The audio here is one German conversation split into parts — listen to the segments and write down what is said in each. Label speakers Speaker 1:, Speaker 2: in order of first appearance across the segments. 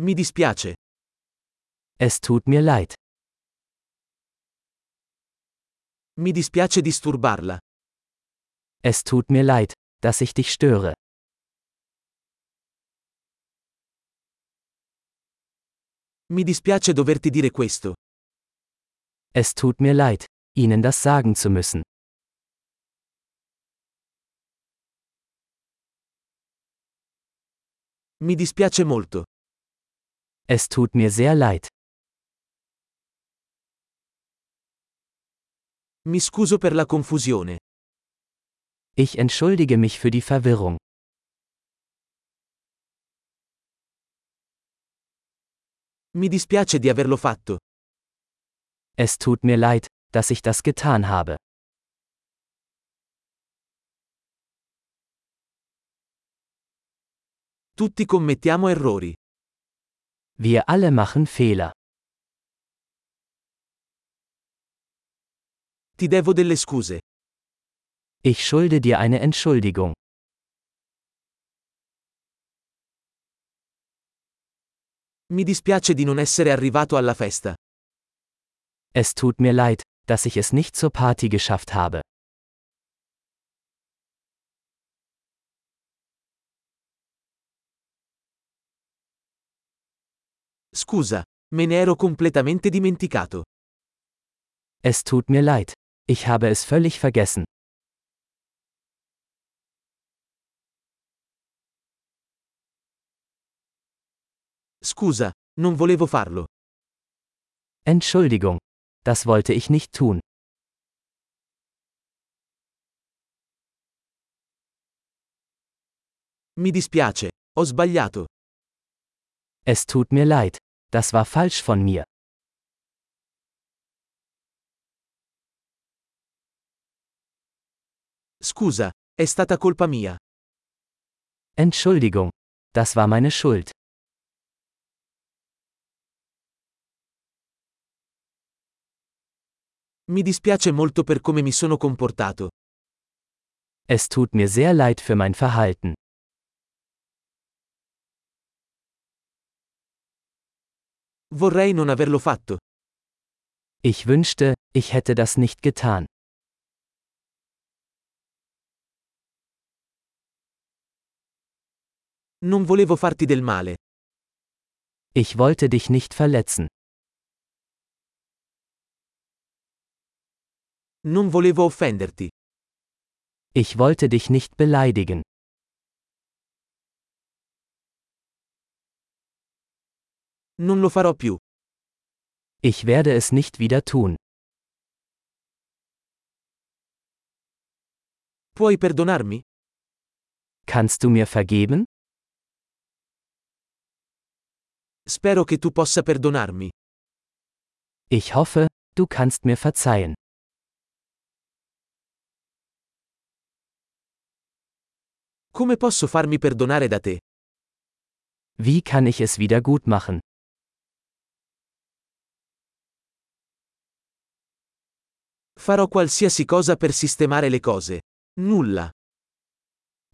Speaker 1: Mi dispiace.
Speaker 2: Es tut mir leid.
Speaker 1: Mi dispiace disturbarla.
Speaker 2: Es tut mir leid, dass ich dich störe.
Speaker 1: Mi dispiace doverti dire questo.
Speaker 2: Es tut mir leid, Ihnen das sagen zu müssen.
Speaker 1: Mi dispiace molto.
Speaker 2: Es tut mir sehr leid.
Speaker 1: Mi scuso per la confusione.
Speaker 2: Ich entschuldige mich für die Verwirrung.
Speaker 1: Mi dispiace di averlo fatto.
Speaker 2: Es tut mir leid, dass ich das getan habe.
Speaker 1: Tutti commettiamo errori.
Speaker 2: Wir alle machen Fehler.
Speaker 1: Ti devo delle scuse.
Speaker 2: Ich schulde dir eine Entschuldigung.
Speaker 1: Mi dispiace di non essere arrivato alla festa.
Speaker 2: Es tut mir leid, dass ich es nicht zur Party geschafft habe.
Speaker 1: Scusa, me ne ero completamente dimenticato.
Speaker 2: Es tut mir leid, ich habe es völlig vergessen.
Speaker 1: Scusa, non volevo farlo.
Speaker 2: Entschuldigung, das wollte ich nicht tun.
Speaker 1: Mi dispiace, ho sbagliato.
Speaker 2: Es tut mir leid, das war falsch von mir.
Speaker 1: Scusa, è stata colpa mia.
Speaker 2: Entschuldigung, das war meine Schuld.
Speaker 1: Mi dispiace molto per come mi sono comportato.
Speaker 2: Es tut mir sehr leid für mein Verhalten.
Speaker 1: Vorrei non averlo fatto.
Speaker 2: Ich wünschte, ich hätte das nicht getan.
Speaker 1: Non volevo farti del male.
Speaker 2: Ich wollte dich nicht verletzen.
Speaker 1: Non volevo offenderti.
Speaker 2: Ich wollte dich nicht beleidigen.
Speaker 1: Non lo farò più.
Speaker 2: Ich werde es nicht wieder tun.
Speaker 1: Puoi perdonarmi?
Speaker 2: Kannst du mir vergeben?
Speaker 1: Spero che tu possa perdonarmi.
Speaker 2: Ich hoffe, du kannst mir verzeihen.
Speaker 1: Come posso farmi perdonare da te?
Speaker 2: Wie kann ich es wieder gut machen?
Speaker 1: Farò qualsiasi cosa per sistemare le cose. Nulla.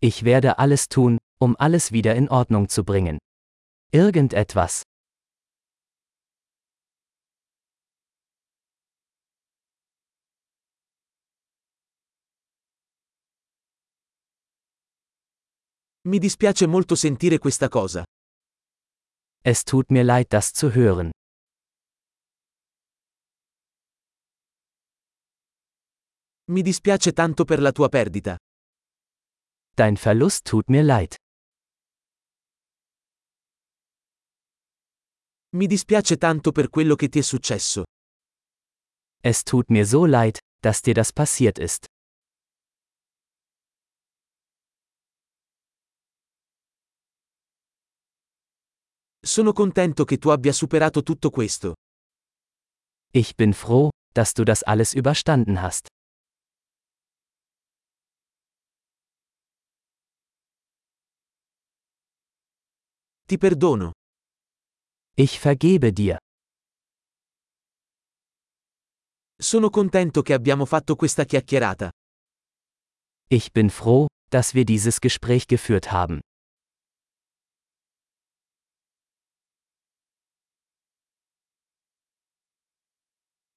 Speaker 2: Ich werde alles tun, um alles wieder in Ordnung zu bringen. Irgendetwas.
Speaker 1: Mi dispiace molto sentire questa cosa.
Speaker 2: Es tut mir leid, das zu hören.
Speaker 1: Mi dispiace tanto per la tua perdita.
Speaker 2: Dein Verlust tut mir leid.
Speaker 1: Mi dispiace tanto per quello che ti è successo.
Speaker 2: Es tut mir so leid, dass dir das passiert ist.
Speaker 1: Sono contento che tu abbia superato tutto questo.
Speaker 2: Ich bin froh, dass du das alles überstanden hast.
Speaker 1: Ti perdono.
Speaker 2: Ich vergebe dir.
Speaker 1: Sono contento che abbiamo fatto questa chiacchierata.
Speaker 2: Ich bin froh, dass wir dieses Gespräch geführt haben.